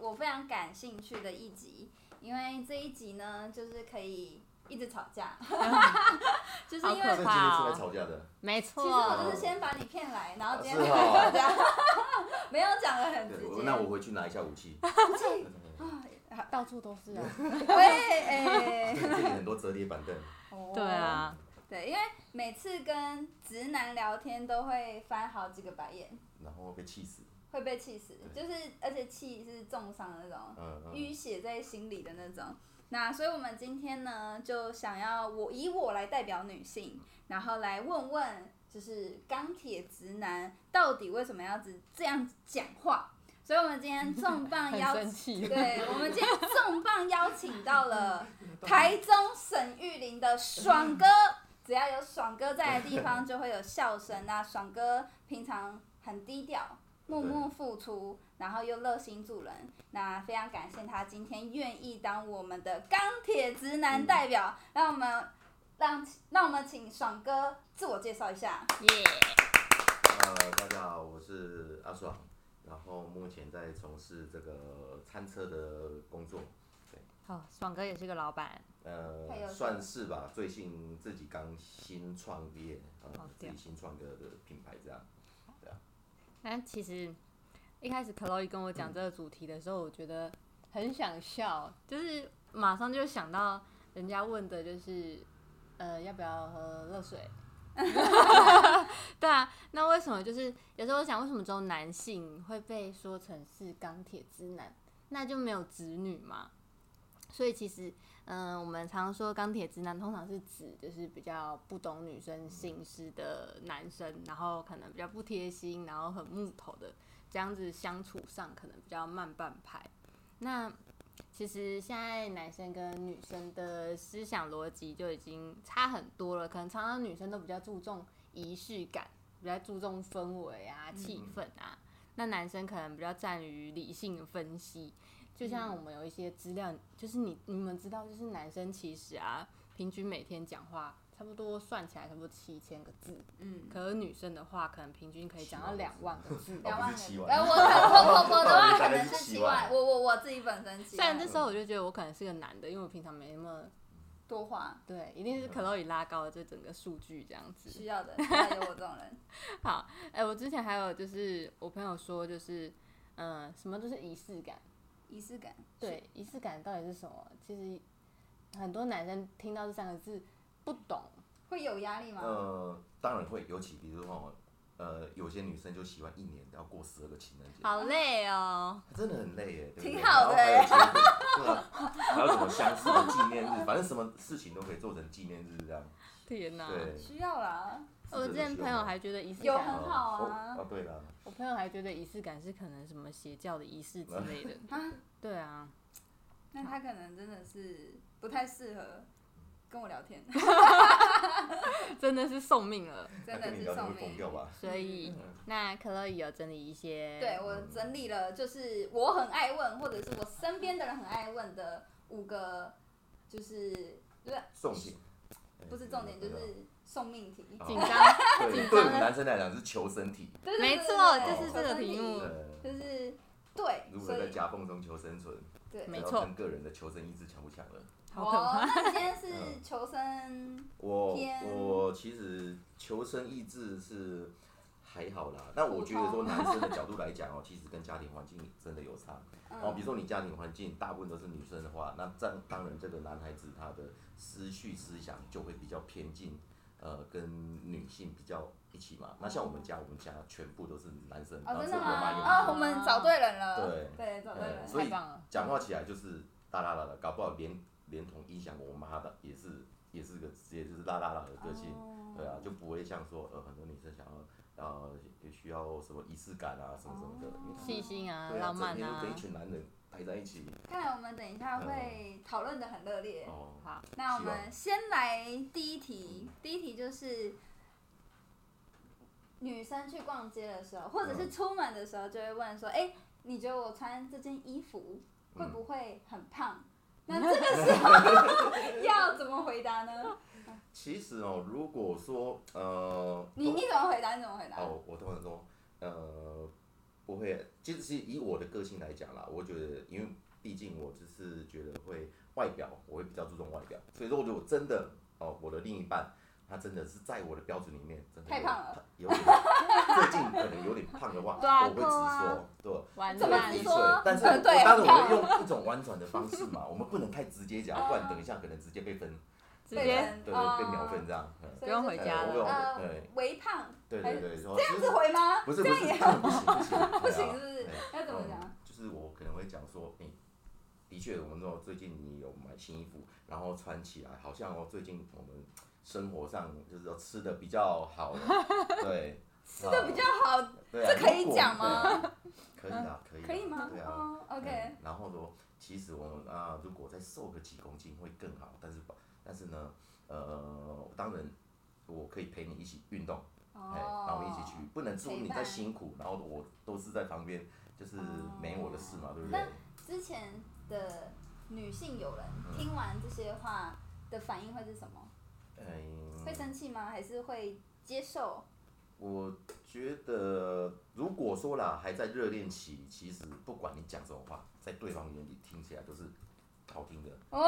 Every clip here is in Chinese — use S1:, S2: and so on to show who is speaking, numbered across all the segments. S1: 我非常感兴趣的一集，因为这一集呢，就是可以一直吵 架，就是因为
S2: 好可
S3: 所以今天是
S2: 怕哦
S3: 来吵架的，
S2: 没
S1: 其实我
S2: 错，
S1: 就是先把你骗来，然后直接
S3: 是哦
S1: 这样，没有讲的很直
S3: 对，我
S1: 接。
S3: 那我回去拿一下武 器，
S2: 到处都是啊。
S1: 喂，哎、
S3: 这里很多折叠板凳，
S1: 哦
S2: 对啊，
S1: 对，因为每次跟直男聊天都会翻好几个白眼，
S3: 然后被气死，
S1: 会被气死，就是而且气是重伤的那种，
S3: 嗯嗯，
S1: 淤血在心里的那种。那所以，我们今天呢，就想要我以我来代表女性，然后来问问，就是钢铁直男到底为什么要只这样讲话？所以，我们今天重磅
S2: 很
S1: 邀
S2: 生
S1: 请，
S2: 气。
S1: 对我们今天重磅邀请到了台中沈玉林的爽哥。只要有爽哥在的地方，就会有笑声。 那爽哥平常很低调，默默付出，然后又热心助人。那非常感谢他今天愿意当我们的钢铁直男代表，让我们让让我们请爽哥自我介绍一下。
S2: 耶，
S3: 呃，大家好，我是阿爽，然后目前在从事这个餐车的工作，
S2: 好，爽哥也是个老板，
S1: 还有什么
S3: 呃，算是吧，最近自己刚新创业，
S2: 好
S1: 哦
S3: 呃，自
S2: 屌
S3: 己新创的的品牌这样，
S2: 但其实一开始 Chloe 跟我讲这个主题的时候，我觉得很想笑，就是马上就想到人家问的就是，呃，要不要喝热水？ 对啊，那为什么就是有时候我想，为什么只有男性会被说成是钢铁直男？那就没有直女嘛？所以其实，嗯、我们常说钢铁直男通常是指就是比较不懂女生心事的男生，然后可能比较不贴心，然后很木头的这样子相处上可能比较慢半拍。那其实现在男生跟女生的思想逻辑就已经差很多了，可能常常女生都比较注重仪式感，比较注重氛围啊、气氛啊，那男生可能比较站于理性的分析。就像我们有一些资料，就是你你们知道，就是男生其实啊，平均每天讲话差不多算起来差不多七千个字，
S1: 嗯，
S2: 可是女生的话可能平均可以讲到两万个字。
S1: 两
S3: 哦
S1: 万
S3: 不是七万
S1: 哎，我我我我的话可能是七
S3: 七
S1: 万，
S3: 万
S1: 我我我自己本身七
S2: 虽然
S1: 万
S2: 这时候我就觉得我可能是个男的，因为我平常没那么
S1: 多话
S2: 对，一定是克洛伊拉高了这整个数据这样子。
S1: 需要的，需要有我这种人。
S2: 好，哎、我之前还有就是我朋友说就是，嗯、什么都是仪式感。
S1: 仪式感，
S2: 对，仪式感到底是什么？其实很多男生听到这三个字不懂。
S1: 会有压力吗？
S3: 呃，当然会，尤其比如说，呃，有些女生就喜欢一年要过十二个情人节，
S2: 好累哦，
S3: 真的很累耶，对不对
S1: 挺好的耶
S3: 然后还有结婚对啊，还有什么相似的纪念日，反正什么事情都可以做成纪念日这样。
S2: 天哪！
S3: 对，
S1: 需要啦，
S2: 我之前朋友还觉得仪式
S1: 有
S2: 感，
S1: 很好啊
S3: 哦哦，对了，
S2: 我朋友还觉得仪式感是可能什么邪教的仪式之类的。
S1: 啊，
S2: 对啊，
S1: 那他可能真的是不太适合跟我聊 天，
S2: 真的是送命了。
S1: 真
S3: 那
S1: 的
S3: 跟你
S1: 是
S3: 聊天
S1: 送
S3: 会疯掉
S1: 命。
S3: 吧？
S2: 所以那可乐也有整理一些，
S1: 对，我整理了，就是我很爱问，或者是我身边的人很爱问的五个，就是
S3: 送情
S1: 不是重点，就是送命题。
S3: 哦
S2: 紧张，
S3: 啊
S1: 啊
S3: 对，对我们男生来讲是求生题，
S1: 对
S2: 没错
S3: 就是这
S2: 个题目
S3: 对，
S1: 就是对，
S3: 如何
S1: 嗯所
S3: 在
S1: 以
S3: 夹缝中求生存，
S1: 对，
S2: 没
S3: 然后
S2: 错
S3: 看个人的求生意志强不强了。
S2: 好可怕。
S1: 哦，那你今 天
S3: 嗯
S1: 是求生，
S3: 我
S1: 偏
S3: 我其实求生意志是还好啦，但我觉得说男生的角度来讲哦， 其实跟家庭环境真的有差。哦，比
S1: 嗯，
S3: 如说你家庭环境大部分都是女生的话，那这样当然这个男孩子他的思绪思想就会比较偏近，呃，跟女性比较一起嘛。那像我们家，我们家全部都是男生，然
S1: 哦，
S3: 后
S1: 真
S3: 只
S1: 的
S3: 有我
S1: 吗？
S3: 妈有女
S1: 啊，
S3: 生
S1: 我们找对人了，
S3: 对
S1: 对，找对人哦
S3: 嗯
S1: 了。
S3: 所以
S2: 太棒了
S3: 讲话起来就是哒啦啦的，搞不好连连同影响我妈的也是也是个也就是啦啦啦的个性，对啊，就不会像说呃很多女生想要呃也需要什么仪式感啊什么什么的，因为他
S2: 细心啊，
S3: 对啊，
S2: 浪
S3: 整
S2: 漫
S3: 天就
S2: 啊
S3: 跟一，群男人待在一起
S1: 看来我们等一下会讨论的很热烈。
S3: 哦。
S2: 好，
S1: 那我
S3: 嗯希望
S1: 们先来第一题，第一题就是女生去逛街的时候，或者
S3: 嗯
S1: 是出门的时候，就会问说：“哎、你觉得我穿这件衣服
S3: 嗯
S1: 会不会很胖？” 那这个时候 要怎么回答呢？
S3: 其实哦，如果说呃，
S1: 你
S3: 都
S1: 你怎么回答？你怎么回答？
S3: 哦，我通常说呃，不会，其实是以我的个性来讲啦，我觉得因为毕竟我就是觉得会外表，我会比较注重外表，所以说我觉得我真的哦，我的另一半他真的是在我的标准里面真的有
S1: 太胖了，
S3: 有点最近可能有点胖的话，
S2: 对啊
S3: 我会直
S2: 够啊
S3: 说，对。
S2: 完
S1: 怎
S3: 我
S1: 么
S2: 蛋
S3: 会
S1: 直
S3: 直
S1: 说
S3: 说，但是我
S1: 嗯对
S3: 当然
S1: 很
S3: 我
S1: 胖
S3: 们用一种婉转的方式嘛，我们不能太直接讲，不然等一下可能直接被分，
S2: 直
S1: 被
S2: 接
S1: 分
S3: 对，
S1: 哦
S3: 被秒分这样。嗯
S1: 所以
S2: 不用
S1: 就
S2: 回
S1: 是
S2: 家
S3: 呃
S2: 了
S3: 我会往
S1: 呃
S3: 对
S1: 微胖
S3: 对
S1: 还
S3: 对
S1: 是
S3: 对，说
S1: 哎这样子回吗？
S3: 不是
S1: 这
S3: 不
S1: 样
S3: 是
S1: 也
S3: 不行不行
S1: 不
S3: 对
S1: 行，是
S3: 啊
S1: 不是
S3: 对？
S1: 要怎么
S3: 嗯
S1: 讲？
S3: 就是我可能会讲说，哎、的确，我们说最近你有买新衣服，然后穿起来好像哦，最近我们生活上就是说吃的比较好 了，对，吃
S1: 这比较好，
S3: 对啊，
S1: 这可以
S3: 如果
S1: 讲吗？
S3: 对可以 啊，可以啊，
S1: 可以吗？
S3: 对啊。
S1: 哦，OK，
S3: 嗯然后说，其实我们啊，如果再瘦个几公斤会更好，但是但是呢，呃，当然我可以陪你一起运动，哎、
S1: 哦，
S3: 然后一起去，不能说
S1: 陪
S3: 你在
S1: 伴
S3: 辛苦，然后我都是在旁边，就是没我的事嘛，对不对
S1: 那？之前的女性友人
S3: 嗯
S1: 听完这些话的反应会是什么？会
S3: 嗯，
S1: 生气吗？还是会接受？
S3: 我觉得如果说啦还在热恋期，其实不管你讲什么话，在对方眼里听起来都是好听的，
S1: 哦，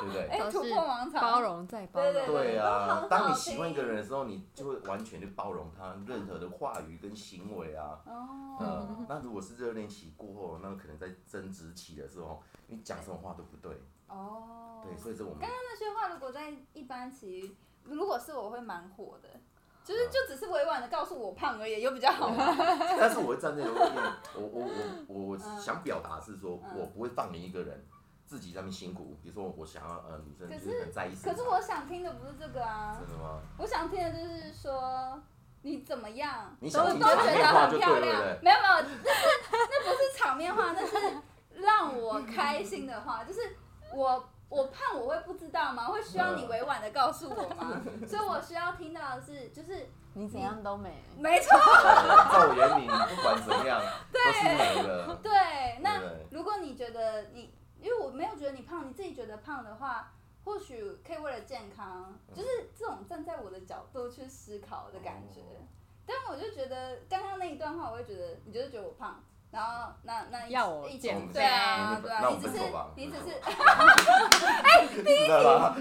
S3: 对不对？
S1: 哎，
S2: 都
S1: 突
S2: 是
S1: 破王朝，
S2: 包容再包
S1: 对
S2: 容，
S3: 对
S1: 都
S3: 啊
S1: 很，
S3: 当
S1: 好
S3: 你喜欢一
S1: 听
S3: 个人的时候，你就会完全的包容他任何的话语跟行为啊。
S1: 哦
S3: 嗯，那如果是热恋期过后，那可能在争执期的时候，你讲什么话都不对。
S1: 哦，
S3: 对，所以这我们
S1: 那些话如果在一般其余，如果是我会蛮火的，
S3: 嗯
S1: 就是就只是委婉的告诉我胖而已，有比 较好吗？
S3: 但是我会站在有点，我我我我
S1: 嗯
S3: 想表达是说，
S1: 嗯
S3: 我不会放你一个人自己在那边辛苦。比如说，我想要呃女生
S1: 可
S3: 就是很在意身
S1: 可是
S3: 材
S1: 我想听的不是这个啊
S3: 真，的吗？
S1: 我想听的就是说你怎么样，
S3: 你
S1: 都
S3: 想
S1: 都
S3: 听
S1: 觉
S3: 场
S1: 得
S3: 面话
S1: 很
S3: 就
S1: 漂
S3: 对了，对
S1: 亮
S3: 不对，？
S1: 没有没有，那是那不是场面话，那是让我开心的 话，就是我。我胖我会不知道吗？会需要你委婉的告诉我吗？所以我需要听到的是，就是
S2: 你怎样都美。
S1: 没错，
S3: 呃在我眼里，你不管怎么样都是美的。
S1: 对，那
S3: 对不对
S1: 如果你觉得你，因为我没有觉得你胖，你自己觉得胖的话，或许可以为了健康，就是这种站在我的角度去思考的感觉。
S3: 哦
S1: 但我就觉得刚刚那一段话，我会觉得你就是觉得我胖，然后那那一
S2: 要我
S1: 一起
S2: 减
S1: 对啊
S3: 肥
S1: 对啊
S3: 那，我
S1: 你只
S3: 分
S1: 是
S3: 手吧
S1: 你只是
S3: 知道吧？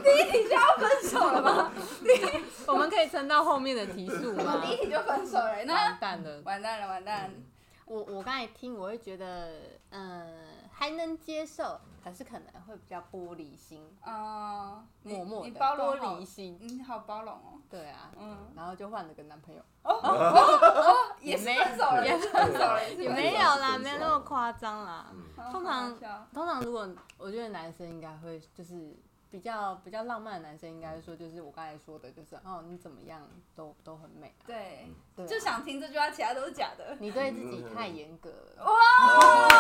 S1: 分手了吗？
S2: 我们可以撑到后面的提速
S1: 我
S2: 吗？
S1: 第一题就分手了，欸那
S2: 完蛋了！
S1: 完蛋了完蛋了，
S2: 我我刚才听，我会觉得，嗯，还能接受，可是可能会比较玻璃心，
S1: 嗯，你
S2: 默默
S1: 你
S2: 的
S1: 包容
S2: 玻
S1: 好
S2: 璃，心。
S1: 你好包容哦，
S2: 对啊，
S1: 嗯，
S2: 然后就换了个男朋友，
S1: 也是
S2: 没
S1: 分手了，
S2: 也
S1: 也是分手
S3: 啊
S1: 了，也是
S2: 也
S1: 分手了
S2: 没有啦，没有那么夸张啦。
S3: 嗯
S1: 好
S2: 通
S1: 好
S2: 常
S1: 笑
S2: 通常如果我觉得男生应该会就是比较比较浪漫的男生，应该说就是我刚才说的，就是哦你怎么样都都很美啊，
S1: 对，
S2: 对啊
S1: 就想听这句话，其他都是假的。
S2: 你对自己太严格了，
S3: 哦，
S1: 啊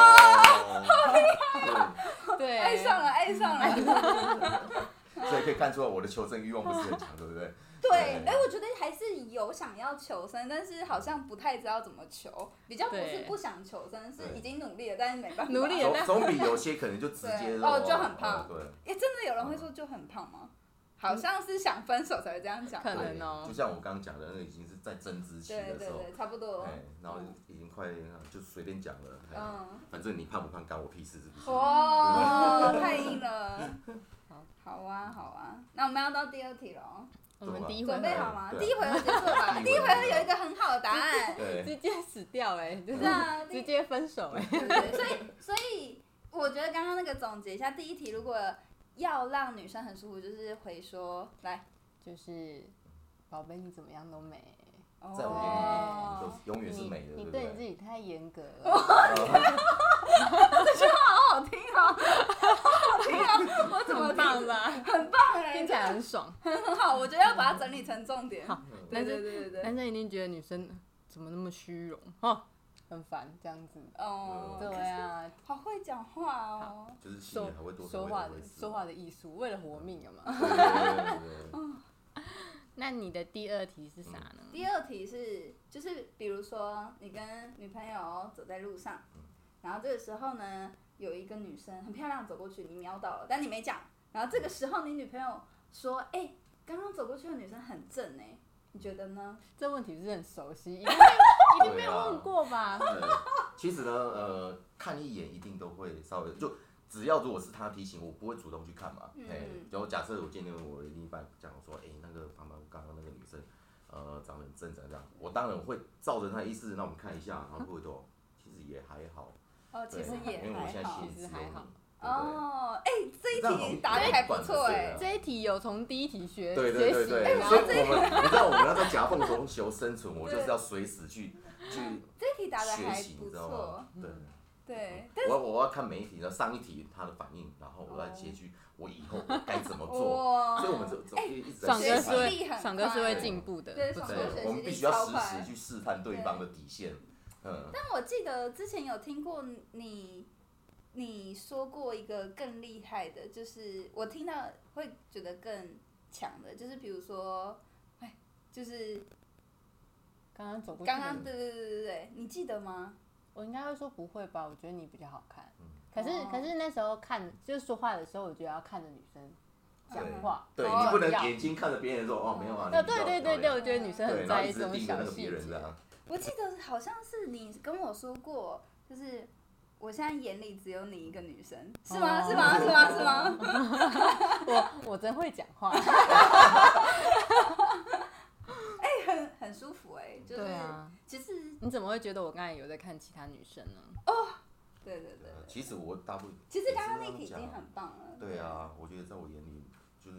S2: 对，
S1: 爱上了，爱上了，
S3: 对所以可以看出来我的求生欲望不是很强，对不对？
S1: 对，
S3: 对
S1: 哎，我觉得还是有想要求生，但是好像不太知道怎么求，比较不是
S2: 对
S1: 不想求生，是
S3: 对
S1: 已经努力了，但是没办法。
S2: 努力了
S3: 总总比有些可能就直接
S1: 对啊哦就很胖
S3: 哦对，
S1: 哎，真的有人会说就很胖吗？好像是想分手才会这样讲吧。
S2: 嗯可能哦
S3: 对就像我刚刚讲的，那已经是在增值期
S1: 对
S3: 的
S1: 对
S3: 时候，
S1: 对，差不多。
S3: 哎，然后已经快就随便讲了，哎
S1: 嗯，
S3: 反正你胖不胖干我屁事，是不是？
S1: 哇，太硬了
S2: 好。
S1: 好啊，好啊，那我们要到第二题了，哦
S2: 我们第一回
S1: 准
S2: 合
S1: 备好吗？
S3: 对啊
S1: 第一回合结束了吧？
S3: 第
S1: 第
S3: 一
S1: 一
S3: 回合
S1: 回合有一个很好的答 案。
S3: 对，
S2: 直接死掉哎、就
S1: 对
S2: 是
S1: 啊，第
S2: 直接分手哎、
S1: 对对对，所以所以我觉得刚刚那个总结一下，第一题如果要让女生很舒服，就是回说来，
S2: 就是宝贝你怎么样都美，
S3: 在我
S1: 哦
S3: 眼里，你都永远是
S2: 你
S3: 美的，对
S2: 你
S3: 不
S2: 对你自
S3: 对？
S2: 己太严格了。
S1: 好好听哦，好好听哦，我怎么
S2: 很
S1: 听
S2: 棒吧？
S1: 很棒哎、
S2: 听起来很爽。
S1: 很好，我觉得要把它整理成重点。
S3: 嗯
S1: 对对对对对，
S2: 男生一定觉得女生怎么那么虚荣，哈，很烦这样子。
S1: 哦，
S2: 对啊，
S1: 可是好会讲话哦。
S3: 就是心里
S2: 说
S3: 还会多
S2: 说话的说话
S3: 的，
S2: 的艺术，为了活命有吗？
S3: 对对对对对
S2: 那你的第二题是啥呢？
S1: 第二题是，就是比如说你跟女朋友走在路上，然后这个时候呢，有一个女生很漂亮走过去，你瞄到了，但你没讲。然后这个时候你女朋友说：“哎、刚刚走过去的女生很正哎、你觉得呢
S2: 这问题是很熟悉，一定被一定被
S3: 对啊
S2: 问过吧？
S3: 对其实呢，呃，看一眼一定都会稍微就。只要如果是他提醒我，不会主动去看嘛。
S1: 嗯
S3: 哎、然后假设我今天我的另一半讲说，哎、那个旁边刚刚那个女生，呃，长得很正常这样，我当然会照着他的意思，那我们看一下，然后过一段，其实也还好，
S1: 嗯哦，其
S3: 对，
S1: 实也
S3: 因为我
S1: 还
S3: 现在
S1: 好
S3: 心。里只有
S2: 其实还好
S3: 你，
S1: 哦，哎、这一
S3: 这样好
S1: 题
S3: 像
S1: 答的还不错
S3: 管不
S1: 哎、
S3: 是啊
S2: 这一题有从第一题学
S3: 对不对？对
S2: 学习，
S3: 对对
S2: 然
S3: 对，所
S2: 后
S3: 以我们你 知道我们要在夹缝中求生存，我就是要随时去去
S1: 这一题答的
S3: 学
S1: 还
S3: 习，你
S1: 不
S3: 知道吗
S1: 错，？
S3: 对。
S1: 对，
S3: 我我要看每一题，然后上一题他的反应，然后我来结局，我以后该怎么做。
S1: 哇
S3: 所以我们这这一直 在
S2: 爽
S1: 学
S2: 哥
S1: 习
S2: 是
S3: 试探
S1: 力很
S2: 会爽哥是会
S1: 快
S2: 进步的，
S1: 对
S2: 不
S1: 爽
S2: 止
S1: 哥学习
S3: 对，
S1: 力
S3: 我们必须要
S1: 超
S3: 适
S1: 快
S3: 时去试探对方的底线。嗯，
S1: 但我记得之前有听过你，你说过一个更厉害的，就是我听到会觉得更强的，就是比如说，哎，就是
S2: 刚刚走过去的
S1: 刚刚，
S2: 路，
S1: 对对对对对，你记得吗？
S2: 我应该会说不会吧？我觉得你比较好看。可是
S1: 哦
S2: 可是那时候看就是说话的时候，我觉得要看着女生讲话，
S3: 对
S2: 然后
S3: 你不能
S2: 要
S3: 眼睛看着别人说哦没有啊，
S2: 对
S3: 你
S2: 对对对对，我觉得女生
S3: 对，
S2: 很
S3: 然后
S2: 在
S3: 一
S2: 意
S3: 直
S2: 这种
S3: 盯着
S2: 小
S3: 那个
S2: 细
S3: 别人
S2: 节
S3: 的。啊，
S1: 我记得好像是你跟我说过，就是我现在眼里只有你一个女生，是吗？
S2: 哦
S1: 是吗？是吗？是吗？
S2: 我我真会讲话，
S1: 很很舒服哎、就是、
S2: 对啊，
S1: 其实
S2: 你怎么会觉得我刚才有在看其他女生呢？
S1: 对对对，
S3: 其实我大部分
S1: 其实刚刚
S3: 也
S1: 那
S3: 是
S1: 题已
S3: 这样
S1: 经
S3: 讲
S1: 很棒了。
S3: 对啊，我觉得在我眼里就是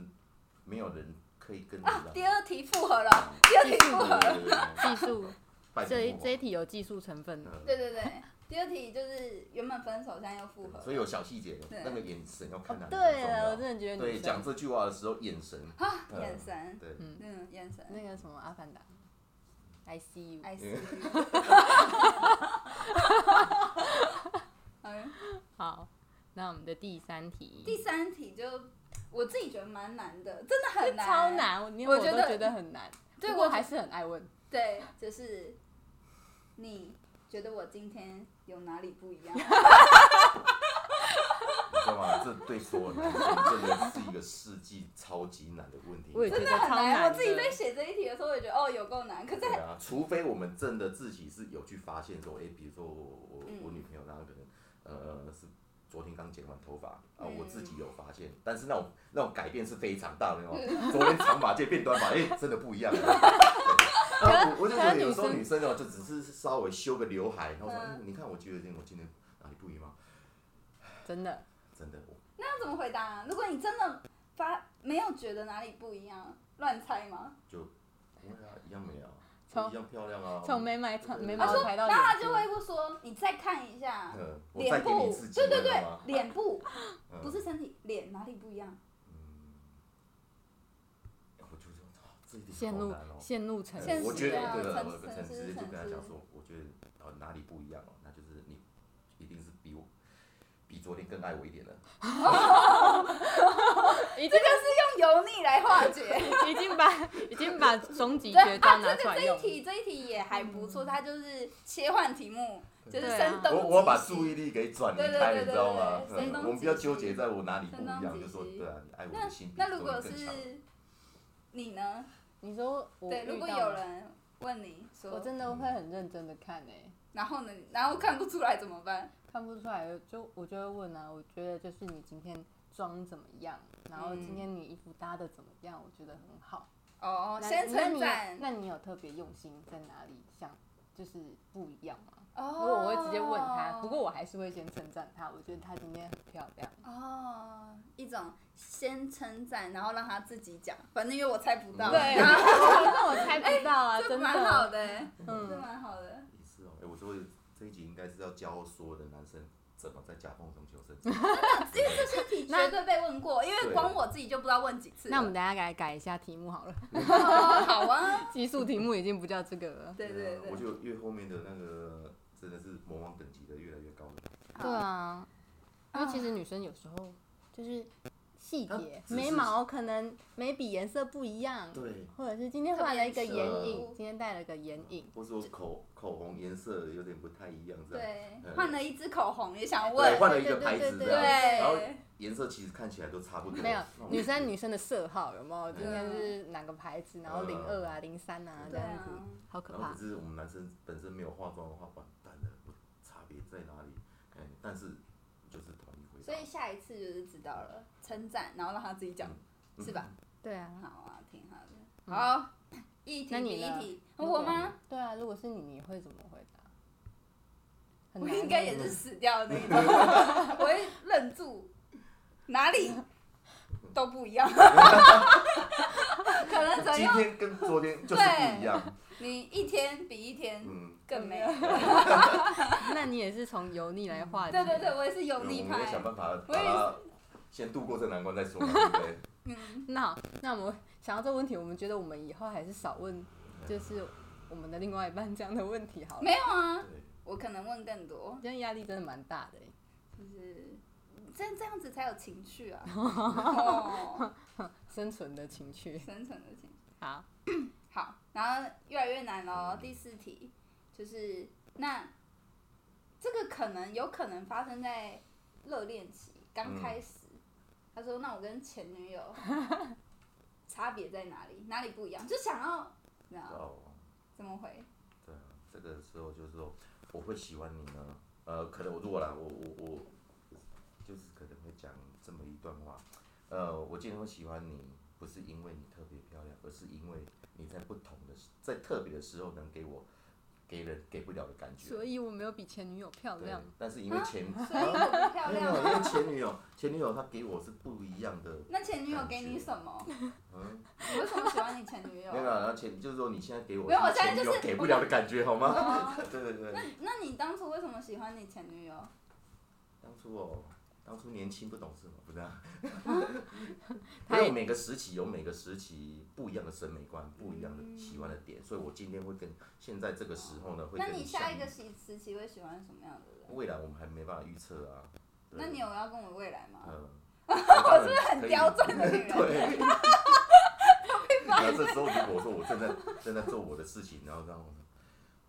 S3: 没有人可以跟你
S1: 啊，
S3: 的
S1: 第二题复合了，第二题复合了。
S2: 技术
S3: 拜
S2: 这一
S3: 托
S2: 这一题有技术成分的，
S3: 嗯
S1: 对对对，第二题就是原本分手，现在又复合。
S3: 所以有小细节，
S1: 对
S3: 那个眼神要看
S2: 哦
S3: 得很
S2: 对
S3: 重
S2: 了，
S3: 要
S2: 我真的觉得
S3: 对，
S2: 女
S3: 讲
S2: 生
S3: 这句话的时候眼神，
S1: 啊，
S3: 嗯
S1: 眼神，
S3: 对，
S2: 嗯
S1: 嗯，眼神
S2: 那个什么阿凡达，I see you，
S1: ，I see
S3: 嗯
S1: you。嗯，
S2: 好，那我们的第三题，
S1: 第三题就我自己觉得蛮难的，真的很难，
S2: 超。难，连
S1: 我
S2: 我
S1: 觉
S2: 都
S1: 得
S2: 觉得很难，
S1: 对
S2: 不过
S1: 我
S2: 还是很爱问。
S1: 对，就是你觉得我今天有哪里不 一样？
S3: 你知道吗？这对所有男生真的是一个世纪超级难的问题。
S2: 我也觉
S1: 真
S2: 得
S1: 的很
S2: 超
S1: 难。我
S2: 难
S1: 自己
S2: 的
S1: 在写这一题的时候，我也觉得哦，有够难。可是
S3: 对啊，除非我们真的自己是有去发现说，哎、比如说我我
S1: 嗯
S3: 我女朋友，然后可能呃是昨天刚剪完头发啊，
S1: 嗯
S3: 我自己有发现，但是那种那种改变是非常大的 哦，昨天长发界变短发，哎、真的不一样 了。对啊，我我就觉得有时候女生哦，就只是稍微修个刘海，然后说，
S1: 嗯
S3: 嗯，你看我觉得我今天哪里不一样吗？
S2: 真的，
S3: 真的，我
S1: 那要怎么回答、啊？如果你真的发没有觉得哪里不一样，乱猜吗？
S3: 我跟她一样美啊，
S2: 从
S3: 一样漂亮啊。
S2: 从眉毛长
S3: 对
S2: 眉
S3: 他
S2: 毛
S3: 说
S2: 抬到
S1: 然
S2: 眼
S1: 后他
S2: 睛
S1: 啊就会不说，你再看一下
S3: 嗯， 我再
S1: 脸
S3: 给你
S1: 部
S3: 刺，激，
S1: 对对
S3: 你知道
S1: 对
S3: 吗，
S1: 脸部
S3: 嗯
S1: 不是身体，脸哪里不一样？
S3: 我就说，哦这一点
S2: 陷
S3: 好
S2: 入
S3: 难哦
S2: 陷入沉
S3: 呃
S1: 现
S2: 思。
S3: 我觉得
S1: 啊
S3: 对了，
S1: 诚
S3: 我
S1: 实
S3: 很直
S1: 是
S3: 接就
S1: 诚
S3: 跟他讲
S1: 实
S3: 说，我觉得呃哪里不一样哦，那就是你一定是比我比昨天更爱我一点了。
S2: 已
S1: 这个是用油腻来化 解。
S2: 经已经把已经把终极
S1: 对
S2: 绝
S1: 啊，
S2: 招
S1: 这
S2: 拿
S1: 个
S2: 出来
S1: 这一
S2: 用。嗯
S1: 题这一题也还不错，它就是切换题目，就是
S2: 对啊
S1: 声东
S3: 我我把
S1: 击西
S3: 注意力给转移
S1: 对对
S3: 开，
S1: 对
S3: 你
S1: 对
S3: 知道吗？
S1: 对声
S3: 嗯
S1: 东
S3: 我们不要
S1: 击
S3: 纠
S1: 西
S3: 结在我哪里不
S1: 声
S3: 一
S1: 东
S3: 样，
S1: 击
S3: 就说
S1: 西
S3: 对啊，你爱我
S1: 那
S3: 的心比
S1: 那如
S3: 昨
S1: 果
S3: 天更
S1: 是
S3: 强。
S1: 你呢？
S2: 你说我
S1: 对，如
S2: 遇
S1: 果
S2: 到
S1: 有
S2: 了，
S1: 人问你
S2: 我
S1: 说，
S2: 真的会很认真的看欸诶、
S1: 然后呢，然后看不出来怎么办？
S2: 看不出来就我就会问啊，我觉得就是你今天妆怎么样，然后今
S1: 嗯
S2: 天你衣服搭的怎么样，我觉得很好。
S1: 哦，
S2: 那
S1: 先
S2: 那
S1: 称
S2: 你
S1: 赞
S2: 有。那你有特别用心在哪里？像就是不一样吗？
S1: 哦，
S2: 如果我会直接问他，不过我还是会先称赞他，我觉得她今天很漂亮。
S1: 哦，一种先称赞，然后让他自己讲，反正因为我猜不到，
S3: 对
S2: 对，
S1: 然后
S2: 那我猜不到啊，
S1: 啊 这
S2: 真
S1: 蛮好
S2: 的，
S1: 的欸，这
S2: 嗯，
S1: 蛮好的。
S3: 也是哦，哎，我说这一集应该是要教所有的男生怎么在夹缝中求 生。
S1: 因为这些题绝对被问过，因为光我自己就不知道问几次。
S2: 那我们等一下来改一下题目好了，
S1: 哦好啊，
S2: 技术题目已经不叫这个了。
S1: 对
S3: 啊
S1: 对
S3: 我
S1: 对，
S3: 就越后面的那个真的是魔王等级的越来越高了。
S1: 好
S2: 对啊，因为其实女生有时候就是细节，
S3: 啊
S2: 眉毛可能眉笔颜色不一样，
S3: 对，
S2: 或者是今天画了一个眼
S1: 特别
S2: 影
S1: 是，哦
S2: 今天戴了个眼影，
S3: 或者说口口红颜色有点不太一样，这样。
S1: 对
S3: 嗯，
S1: 换了一支口红也想
S3: 对，
S1: 问，
S3: 换了一个牌子这
S2: 对
S1: 对，
S3: 样，然后
S1: 对
S3: 颜色其实看起来都差不多。哦
S2: 没有
S3: 那我
S2: 女生 女生的色号有没有？今
S1: 嗯
S2: 天是哪个牌子？然后
S3: 嗯
S2: 零二啊、零三啊这样
S1: 啊
S2: 子，，好可
S3: 然后
S2: 怕
S3: 可。是我们男生本身没有化妆的话，完蛋了，我差别别在哪里，哎、但是就是统一回答。
S1: 所
S3: 啊
S1: 以下一次就是知道了，称赞，然后让他自己讲，
S3: 嗯
S1: 是吧？
S2: 对啊，
S1: 好啊，挺好的。好，一题
S2: 嗯那
S1: 比
S2: 你
S1: 一
S2: 呢
S1: 题，
S2: 如果
S1: 我吗？？
S2: 对啊，如果是你，你会怎么回答？很
S1: 我
S2: 难欸
S1: 应该也
S3: 嗯
S1: 是死掉的那一种，我会愣住，哪里都不一样， 可能只
S3: 今
S1: 用
S3: 天跟昨 天就是不一样，
S1: 你一天比一天
S3: 嗯，
S1: 更美。
S2: 那你也是从油腻来化解。
S1: 对对对，，我也是
S3: 嗯我
S1: 油腻
S3: 们要
S1: 派
S3: 想，办法
S1: 我
S3: 把
S1: 也
S3: 它先度过这难关再说嘛，对不 对？
S1: 嗯，
S2: 那好那我们想到这个问题，我们觉得我们以后还是少问，就是我们的另外一半这样的问题好了。
S1: 没有啊，
S3: 对
S1: 我可能问更多，
S2: 这样压力真的蛮大的欸、
S1: 就是这这样子才有情趣 啊，哦，
S2: 生存的情趣。
S1: 深层的情趣。
S2: 好，
S1: 好，然后越来越难喽。第四题就是那这个可能有可能发生在热恋期刚开始。他说：“那我跟前女 友差别在哪里？哪里不一样？就想要，你知道
S3: 哦，
S1: 怎么回？
S3: 对啊，这个时候就是说我会喜欢你呢，呃，可能我如果啦，我我我就是可能会讲这么一段话，呃，我今天会喜欢你，不是因为你特别漂亮，而是因为你在不同的时在特别的时候能给我给人给不了的感觉。
S2: 所以我没有比前女友漂
S3: 对
S2: 亮。，
S3: 但是因
S1: 啊
S3: 为前
S1: 所以我不漂
S3: 没
S1: 亮啊
S3: 有，因
S1: 吗？
S3: 为前女友，前女友她给我是不一样的，
S1: 那前女友给你什么？
S3: 嗯，
S1: 你为什么喜欢你前女友
S3: 没？有啦，啊然后前就是说你现在给我
S1: 没有我
S3: 是
S1: 现在
S3: 前
S1: 就
S3: 女
S1: 是
S3: 友给不了的感觉，好吗？
S1: 哦
S3: 对对对，
S1: 那你当初为什么喜欢你前女友？
S3: 当初哦，当初年轻不懂事嘛，不是 啊？
S2: 他
S3: 因
S2: 也
S3: 为每个时期有每个时期不一样的审美观，不一样的喜欢的点，所以我今天会跟现在这个时候呢，会
S1: 嗯那
S3: 跟
S1: 你
S3: 相
S1: 下一
S3: 遇
S1: 个时时期会喜欢什么样的人？
S3: 未来我们还没办法预测啊。对
S1: 那你有要跟我未来吗？
S3: 嗯，我是不是
S1: 很刁钻的女人
S3: 对。然后这时候如果我说我正在正在做我的事情，然后让我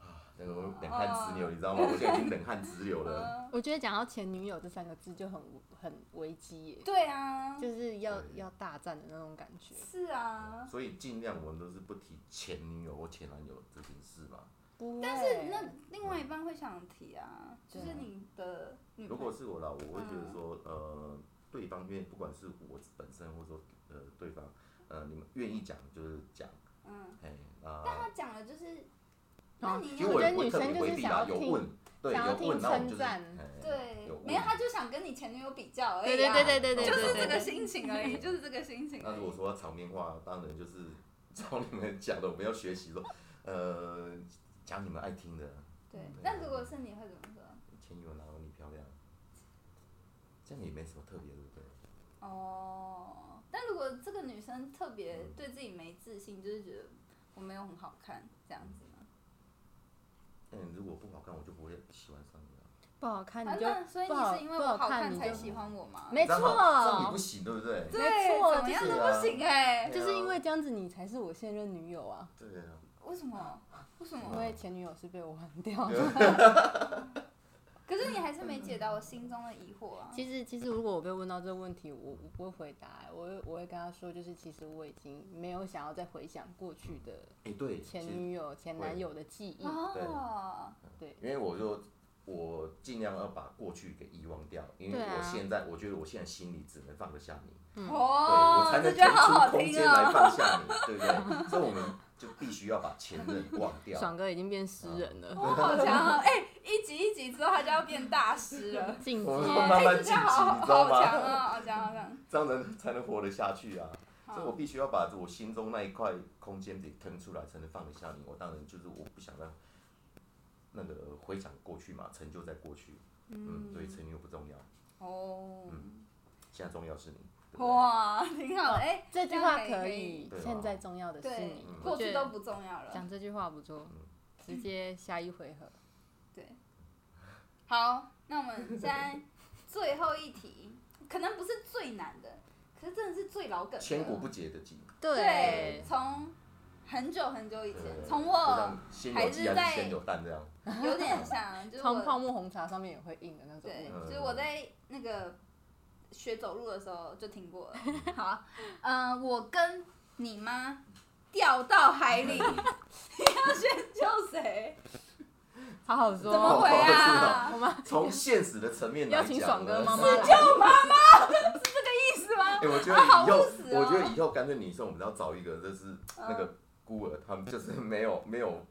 S3: 啊，那个我冷汗直流，你知道吗？我现在已经冷汗直流了。
S1: 嗯
S2: 我觉得讲到前女友这三个字就很无很危机耶，
S1: 对啊，
S2: 就是要
S3: 对
S2: 要大战的那种感觉，
S1: 是啊，
S3: 所以尽量我们都是不提前女友或前男友这件事嘛。
S2: 不
S1: 但
S2: 会哦
S1: 是那另外一半会想提啊，就
S2: 对
S1: 是你的女
S3: 如
S1: 朋友
S3: 果是我啦，我会觉得说，呃，对方愿意，不管是我本身或者说呃对方，呃你们愿意讲就是讲，
S1: 嗯，
S3: 哎，
S1: 但
S3: 啊，
S1: 他讲的就是，那
S2: 哦
S1: 你
S3: 其实
S1: 要
S2: 我
S3: 我
S2: 觉
S3: 也
S2: 得
S3: 不会
S2: 女
S3: 特
S2: 生
S3: 别
S2: 就是
S3: 回避
S2: 想要
S3: 啦，有
S2: 听
S3: 问，对，
S2: 想要
S3: 有问，
S2: 听
S3: 那我们
S2: 称
S3: 就是，
S2: 赞
S3: 哎
S1: 对
S3: 有，问
S1: 没有，他就想跟你前女友比较而
S2: 对
S1: 已
S2: 对
S1: 啊，
S2: 对对对对，
S1: 就是这
S2: 对
S1: 个
S2: 对
S1: 心情而 已，就是这个心情
S3: 那
S1: 而
S3: 如果
S1: 已。
S3: 说要场面话，当然就是照你们讲的，我们要学习说，呃，讲你们爱听的。
S1: 对
S3: 嗯，
S1: 但如果是你会怎么说？
S3: 前女友哪有你漂亮？这样也没什么特别，对不对？
S1: 哦，但如果这个女生特别
S3: 嗯
S1: 对自己没自信，就是觉得我没有很好看这样子吗？
S3: 嗯，如果不好看，我就不会喜欢上你了。
S2: 不好看
S1: 啊
S2: 你就
S1: 那所以
S2: 不
S1: 你
S2: 好
S1: 是因为
S2: 不
S1: 我
S2: 好
S1: 好
S2: 看
S1: 看
S2: 你
S1: 才
S2: 就
S1: 喜欢我吗？
S2: 没
S3: 这样好这样也不
S2: 错，
S3: 行，对不对？
S1: 对，
S2: 没错
S1: 怎么样
S3: 就
S1: 都
S3: 是
S1: 不行哎、
S2: 就是因为这样子你才是我现任女友啊，
S3: 对啊，
S1: 为什么？为什
S2: 因
S1: 么？
S2: 为前女友是被我忘掉。
S1: 可是你还是没解答我心中的疑惑啊。
S2: 其实，其实如果我被问到这个问题，我我不会回答欸，我会我会跟他说，就是其实我已经没有想要再回想过去的
S3: 哎，对，其
S2: 前
S3: 实
S2: 女友、前男
S3: 会
S2: 友的记忆。
S1: 哦，
S3: 因为我就我尽量要把过去给遗忘掉，因为
S2: 对啊
S3: 我现在、我觉得我现在心里只能放得下你，对
S1: 哦
S3: 我，才
S1: 这
S3: 能
S1: 句话好好
S3: 腾出空
S1: 听
S3: 间来
S1: 哦。
S3: 放下你，对不对？所以我们就必须要把前任忘掉。
S2: 爽哥已经变诗人
S1: 哇，
S2: 了，
S3: 嗯
S1: 好强哦！哎、一集一集之后，他就要变大师 了。
S2: 进
S3: 我
S2: 阶。
S3: 慢慢
S1: 哎这句话好
S3: 晋级你知道吗
S1: 好强哦，好强，好强。
S3: 这样人才能活得下去啊！所以我
S1: 好，
S3: 必须要把我心中那一块空间给腾出来，才能放得下你。我当然就是我不想让那个回想过去嘛，成就在过去。嗯，对，嗯成就不重要，
S1: 哦，
S3: 现在重要是你。对不对
S1: 哇，挺好的。哎、
S2: 这句话
S1: 这样
S2: 可
S1: 可以
S2: 以
S3: 可以，对啊嗯
S2: 现
S3: 吧
S2: 在重要的是
S1: 对
S2: 你。，
S1: 过去
S2: 觉得
S1: 都不重要了。
S2: 讲这句话不错，
S3: 嗯
S2: 直接下一回合。
S1: 好，那我们现在最后一题，可能不是最难的，可是真的是最老梗的。
S3: 千古不解的计，
S1: 对，从很久很久以前，
S3: 对
S1: 从
S3: 就
S1: 我
S3: 像先
S1: 还
S3: 有鸡
S1: 是
S3: 还
S1: 在
S3: 是先有蛋这样。
S1: 有点像， 就是
S2: 冲泡
S1: 我
S2: 沫红茶上面也会印的那种
S1: 对，
S2: 物。
S3: 嗯
S1: 就是我在那个学走路的时候就听过了。好，嗯、我跟你妈掉到海 里，你要先救谁？
S2: 好好
S1: 怎
S2: 说，
S1: 么回
S3: 哦我知
S1: 啊？吗？
S2: 我们
S3: 从现实的层面来
S2: 邀
S3: 讲，
S2: 请爽哥
S3: 我
S2: 妈妈
S1: 是
S2: 来
S1: 舅妈妈，是这个意思吗？
S3: 哎、我觉得
S1: 啊好
S3: 以后，
S1: 务实哦
S3: 我觉得以后干脆女生，我们要找一个，就是那
S1: 哦
S3: 个孤儿，他们就是没有没有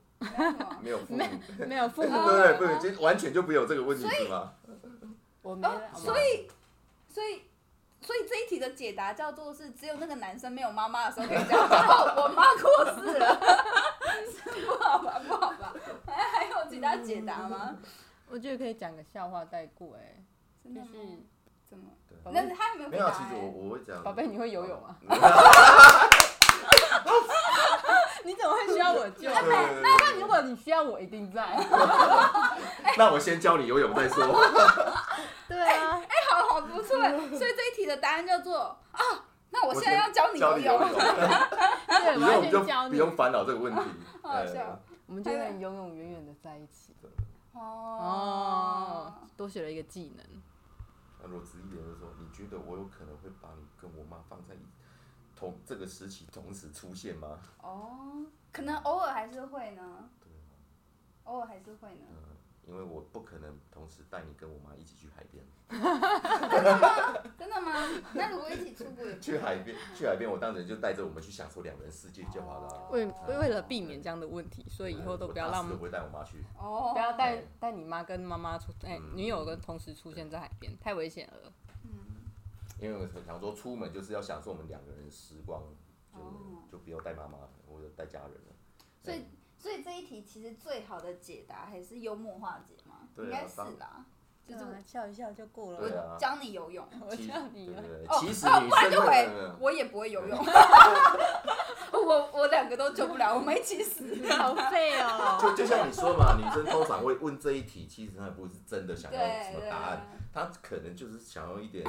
S3: 没有父母，
S2: 没有父
S3: 对
S2: 母，
S1: 哦
S3: 不对？不，就完全就不会有这个问题是吗？
S2: 我没有
S1: 哦，，所以，所以。所以这一题的解答叫做是，只有那个男生没有妈妈的时候可以这样讲。哦，我妈过世了，是不好吧？不好吧？还还有其他解答吗？
S2: 我觉得可以讲个笑话带过，哎，
S1: 真
S2: 就
S1: 的吗？
S2: 是
S1: 怎么？
S3: 对
S2: 宝
S1: 那
S2: 贝
S1: 他有没有
S3: 没
S1: 回
S3: 有啊，
S1: 答
S3: 其实我
S1: 欸？
S3: 我会讲，
S2: 宝贝，你会游泳吗？
S3: 啊？
S2: 你怎么会需要 我救？
S3: 对对对
S2: 哎那如果你需要我，一定在。
S3: 那我先教你游泳再说。
S2: 对啊，
S1: 哎， 好好不错欸。所以这一题的答案叫做啊，那我
S3: 我
S1: 现在
S3: 先
S1: 要教你
S3: 教
S1: 游
S3: 你游
S1: 泳。
S3: 泳，
S2: 对，
S3: 以
S2: 哎我
S3: 后我
S2: 要
S3: 们就
S2: 先教
S3: 不
S2: 你。
S3: 用烦恼这个问题。
S1: 好好
S3: 对
S1: 笑
S2: 我们就能永永远远的在一起。
S1: 哦
S2: 哦，，多学了一个技能。
S3: 那如果直一点就是说，你觉得我有可能会把你跟我妈放在一同这个时期同时出现吗？
S1: 哦，可能偶尔还是会呢，
S3: 对，
S1: 偶尔还是会呢。
S3: 嗯，因为我不可能同时带你跟我妈一起去海边。
S1: 真的吗？那如果一起出国也不
S3: 去海边，去海边，我当时就带着我们去享受两人世界就好了。啊
S2: 为
S1: 哦
S2: 为了避免这样的问题，所以以后都不要让
S3: 我打死不会带我妈去。
S1: 哦，
S2: 不要带
S3: 对
S2: 带你妈跟妈妈出哎、
S3: 嗯
S2: 女友跟同时出现在海边，太危险了。
S1: 嗯，
S3: 因为我想说，出门就是要享受我们两个人的时光，就、
S1: 哦
S3: 就不要带妈妈或者带家人了。
S1: 所以所以这一题其实最好的解答还是幽默化解嘛，
S3: 对啊
S1: 应该是啦。
S2: 啊
S1: 就是我
S2: 笑一笑就够
S3: 对啊
S1: 我教你游泳，
S2: 我
S3: 其
S2: 叫你
S3: 对
S2: 了
S3: 对对
S1: 哦
S3: 其实
S1: 啊
S3: 女
S1: 不然
S3: 生
S1: 就
S3: 会
S1: 回
S3: 嗯没有没 有
S1: 我也不会游泳， 我我两个都救不了，我们一起 死。
S2: 好废哦、
S3: 就就像你说嘛，女生通常会问这一题，其实她不是真的想
S1: 对
S3: 要什么
S1: 对
S3: 答案，
S1: 啊，
S3: 她可能就是想要一点，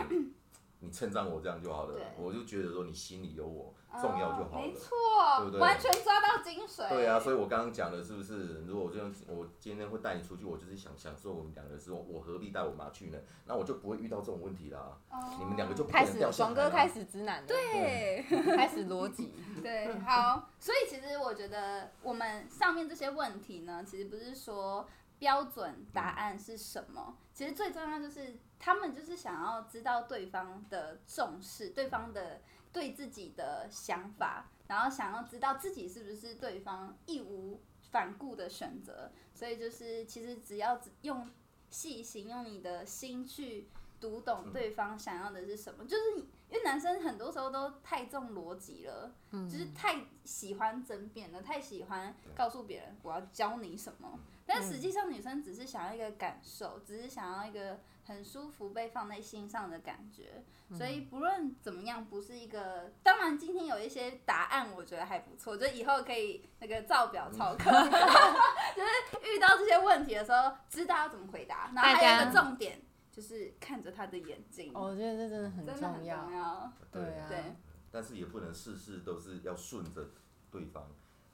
S3: 你称赞我这样就好了
S1: 对，
S3: 我就觉得说你心里有我，
S2: 啊
S3: 重要就好
S1: 哦没
S3: 了。对不
S1: 错，
S3: 对
S1: 完全抓到精髓。
S3: 对啊，所以我刚刚讲的是不是？如果我这样，我今天会带你出去，我就是想享受我们两个的时候，我何必带我妈去呢？那我就不会遇到这种问题啦。
S1: 哦
S3: 你们两个就不可
S2: 开
S3: 能
S2: 始
S3: 掉
S2: 了
S3: 下
S2: 爽
S3: 来啊
S2: 哥
S3: 啦
S2: 开始直男了，
S1: 对。
S2: 开始逻辑。
S1: 对，好，所以其实我觉得我们上面这些问题呢，其实不是说标准答案是什么，其实最重要就是他们就是想要知道对方的重视，对方的对自己的想法，然后想要知道自己是不是对方义无反顾的选择，所以就是其实只要只用细心，用你的心去。读懂对方想要的是什么，就是你因为男生很多时候都太重逻辑了，就是太喜欢争辩了，太喜欢告诉别人我要教你什么。但
S2: 嗯
S1: 实际上，女生只是想要一个感受，只是想要一个很舒服被放在心上的感觉。所以不论怎么样，不是一个。当然，今天有一些答案，我觉得还不错，就以后可以那个照表操课， 就是遇到这些问题的时候，知道要怎么回答。然后还有一
S2: 大
S1: 个
S2: 家
S1: 重点，就是看着他的眼睛，
S2: 哦我觉得这真的很
S1: 真的很
S2: 重
S1: 重
S2: 要。
S1: 要。
S2: 对啊，
S1: 对
S3: 但是也不能事事都是要顺着对方，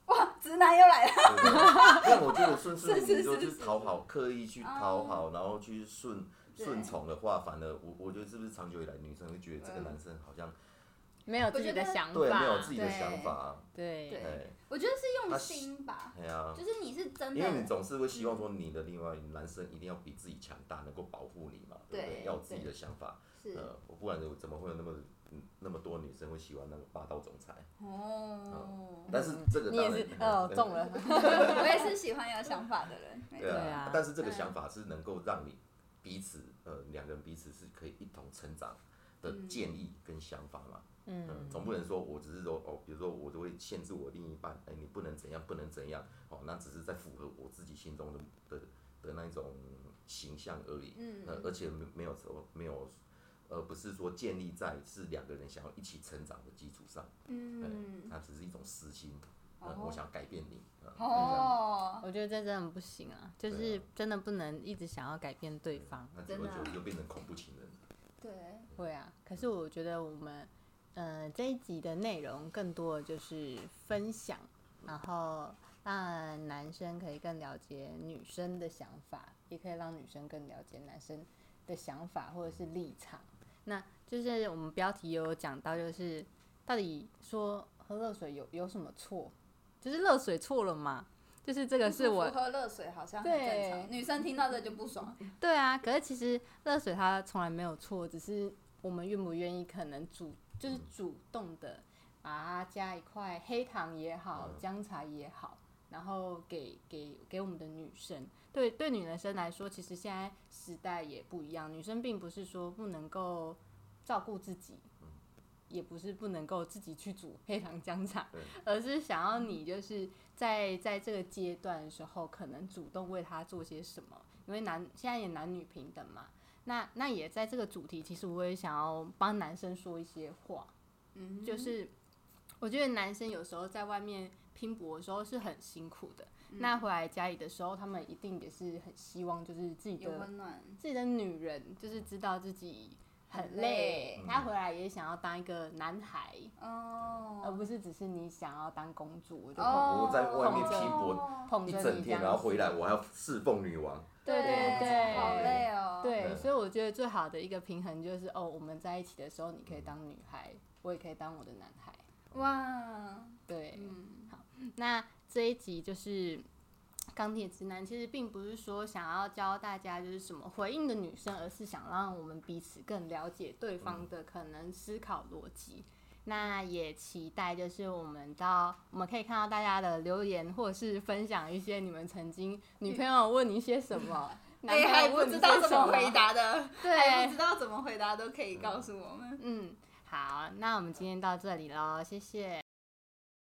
S1: 哇，直男又来了，
S3: 对不对因为我觉得顺顺
S1: 是是
S3: 你就是是
S1: 是
S3: 讨好，刻意去讨
S1: 嗯
S3: 好，然后去顺
S1: 对
S3: 顺从的话，反而我我觉得是不是长久以来女生会觉得这个
S1: 嗯
S3: 男生好像
S2: 没有自己的
S1: 我觉得
S2: 想法，
S3: 对啊没有自己的
S1: 对
S3: 想法，
S2: 对
S1: 对
S3: 哎，
S1: 我觉得是用
S3: 他
S1: 心吧。
S3: 哎呀。
S1: 就是你是真
S3: 因为你
S1: 的，
S3: 总是会希望说你的另外男生一定要比自己强大，能够保护你嘛，对不
S1: 对
S3: 对？要有自己
S1: 对
S3: 的想法，
S1: 是
S3: 呃，我不然怎么会有那么嗯那么多女生会喜欢那个霸道总裁？
S1: 哦，
S3: 但是这个
S2: 你
S3: 当
S2: 也
S3: 然
S2: 是哦，中了。
S1: 我也是喜欢有想法的人，没
S3: 对
S1: 错，
S2: 对啊
S3: 啊，但是这个
S1: 嗯
S3: 想法是能够让你彼此呃两个人彼此是可以一同成长的
S1: 嗯
S3: 建议跟想法嘛。嗯，
S2: 嗯，
S3: 总不能说我只是说哦，比如说我就会限制我另一半，哎，你不能怎样，不能怎样，哦，那只是在符合我自己心中的的的那一种形象而已。
S1: 嗯
S3: 呃，而且没没有说没有，而不是说建立在是两个人想要一起成长的基础上，
S1: 嗯，
S3: 那只是一种私心。呃，
S1: 哦
S3: 我想改变你。呃
S1: 哦，
S2: 我觉得这真的不行啊，就
S3: 对
S2: 是
S3: 啊
S2: 真的不能一直想要改变对方。
S3: 那结果
S1: 真的啊
S3: 就又变成恐怖情人。
S1: 对，
S2: 会啊，可是我觉得我们呃这一集的内容更多的就是分享，然后让男生可以更了解女生的想法，也可以让女生更了解男生的想法或者是立场。那就是我们标题也有讲到，就是到底说喝热水有有什么错？就是热水错了嘛？就是这个是我
S1: 不喝热水好像很正
S2: 对
S1: 常，女生听到这就不爽。
S2: 对啊，可是其实热水它从来没有错，只是我们愿不愿意可能主就是
S3: 嗯
S2: 主动的把它加一块黑糖也好，
S3: 嗯
S2: 姜茶也好，然后给给给我们的女生。对对，女生来说，其实现在时代也不一样，女生并不是说不能够照顾自己。
S3: 嗯
S2: 也不是不能够自己去煮黑糖姜茶
S3: 对， 嗯
S2: 而是想要你就是在在这个阶段的时候，可能主动为他做些什么，因为男现在也男女平等嘛。那那也在这个主题，其实我也想要帮男生说一些话，
S1: 嗯，
S2: 就是我觉得男生有时候在外面拼搏的时候是很辛苦的，
S1: 嗯
S2: 那回来家里的时候，他们一定也是很希望就是自己
S1: 有
S2: 的
S1: 温暖，
S2: 自己的女人，就是知道自己很
S1: 很
S2: 累
S1: 累，
S2: 他
S3: 嗯
S2: 回来也想要当一个男孩，而
S1: 哦，
S2: 而不是只是你想要当公主，我就捧
S1: 哦，
S3: 我在外面拼搏
S2: 捧
S3: 一
S2: 着
S3: 整
S2: 你这
S3: 天，
S2: 样
S3: 然后回来
S2: 子
S3: 我还要侍奉女王，
S2: 对对对，
S1: 好累哦，，
S2: 对，
S3: 对
S2: 所以我觉得最好的一个平衡就是，哦，我们在一起的时候，你可以当女孩，我也可以当我的男孩。
S1: 哇，
S2: 对，
S1: 嗯，
S2: 那这一集就是钢铁直男，其实并不是说想要教大家就是什么回应的女生，而是想让我们彼此更了解对方的可能思考逻辑。那也期待就是我们到我们可以看到大家的留言，或者是分享一些你们曾经女朋友问你些 什么，男
S1: 嗯哎，还
S2: 朋友
S1: 不
S2: 问你
S1: 知
S2: 些
S1: 道怎
S2: 什
S1: 么回，答的，还
S2: 对
S1: 不，知道怎么回答都可以告诉我们。
S2: 嗯，好，那我们今天到这里喽，谢谢，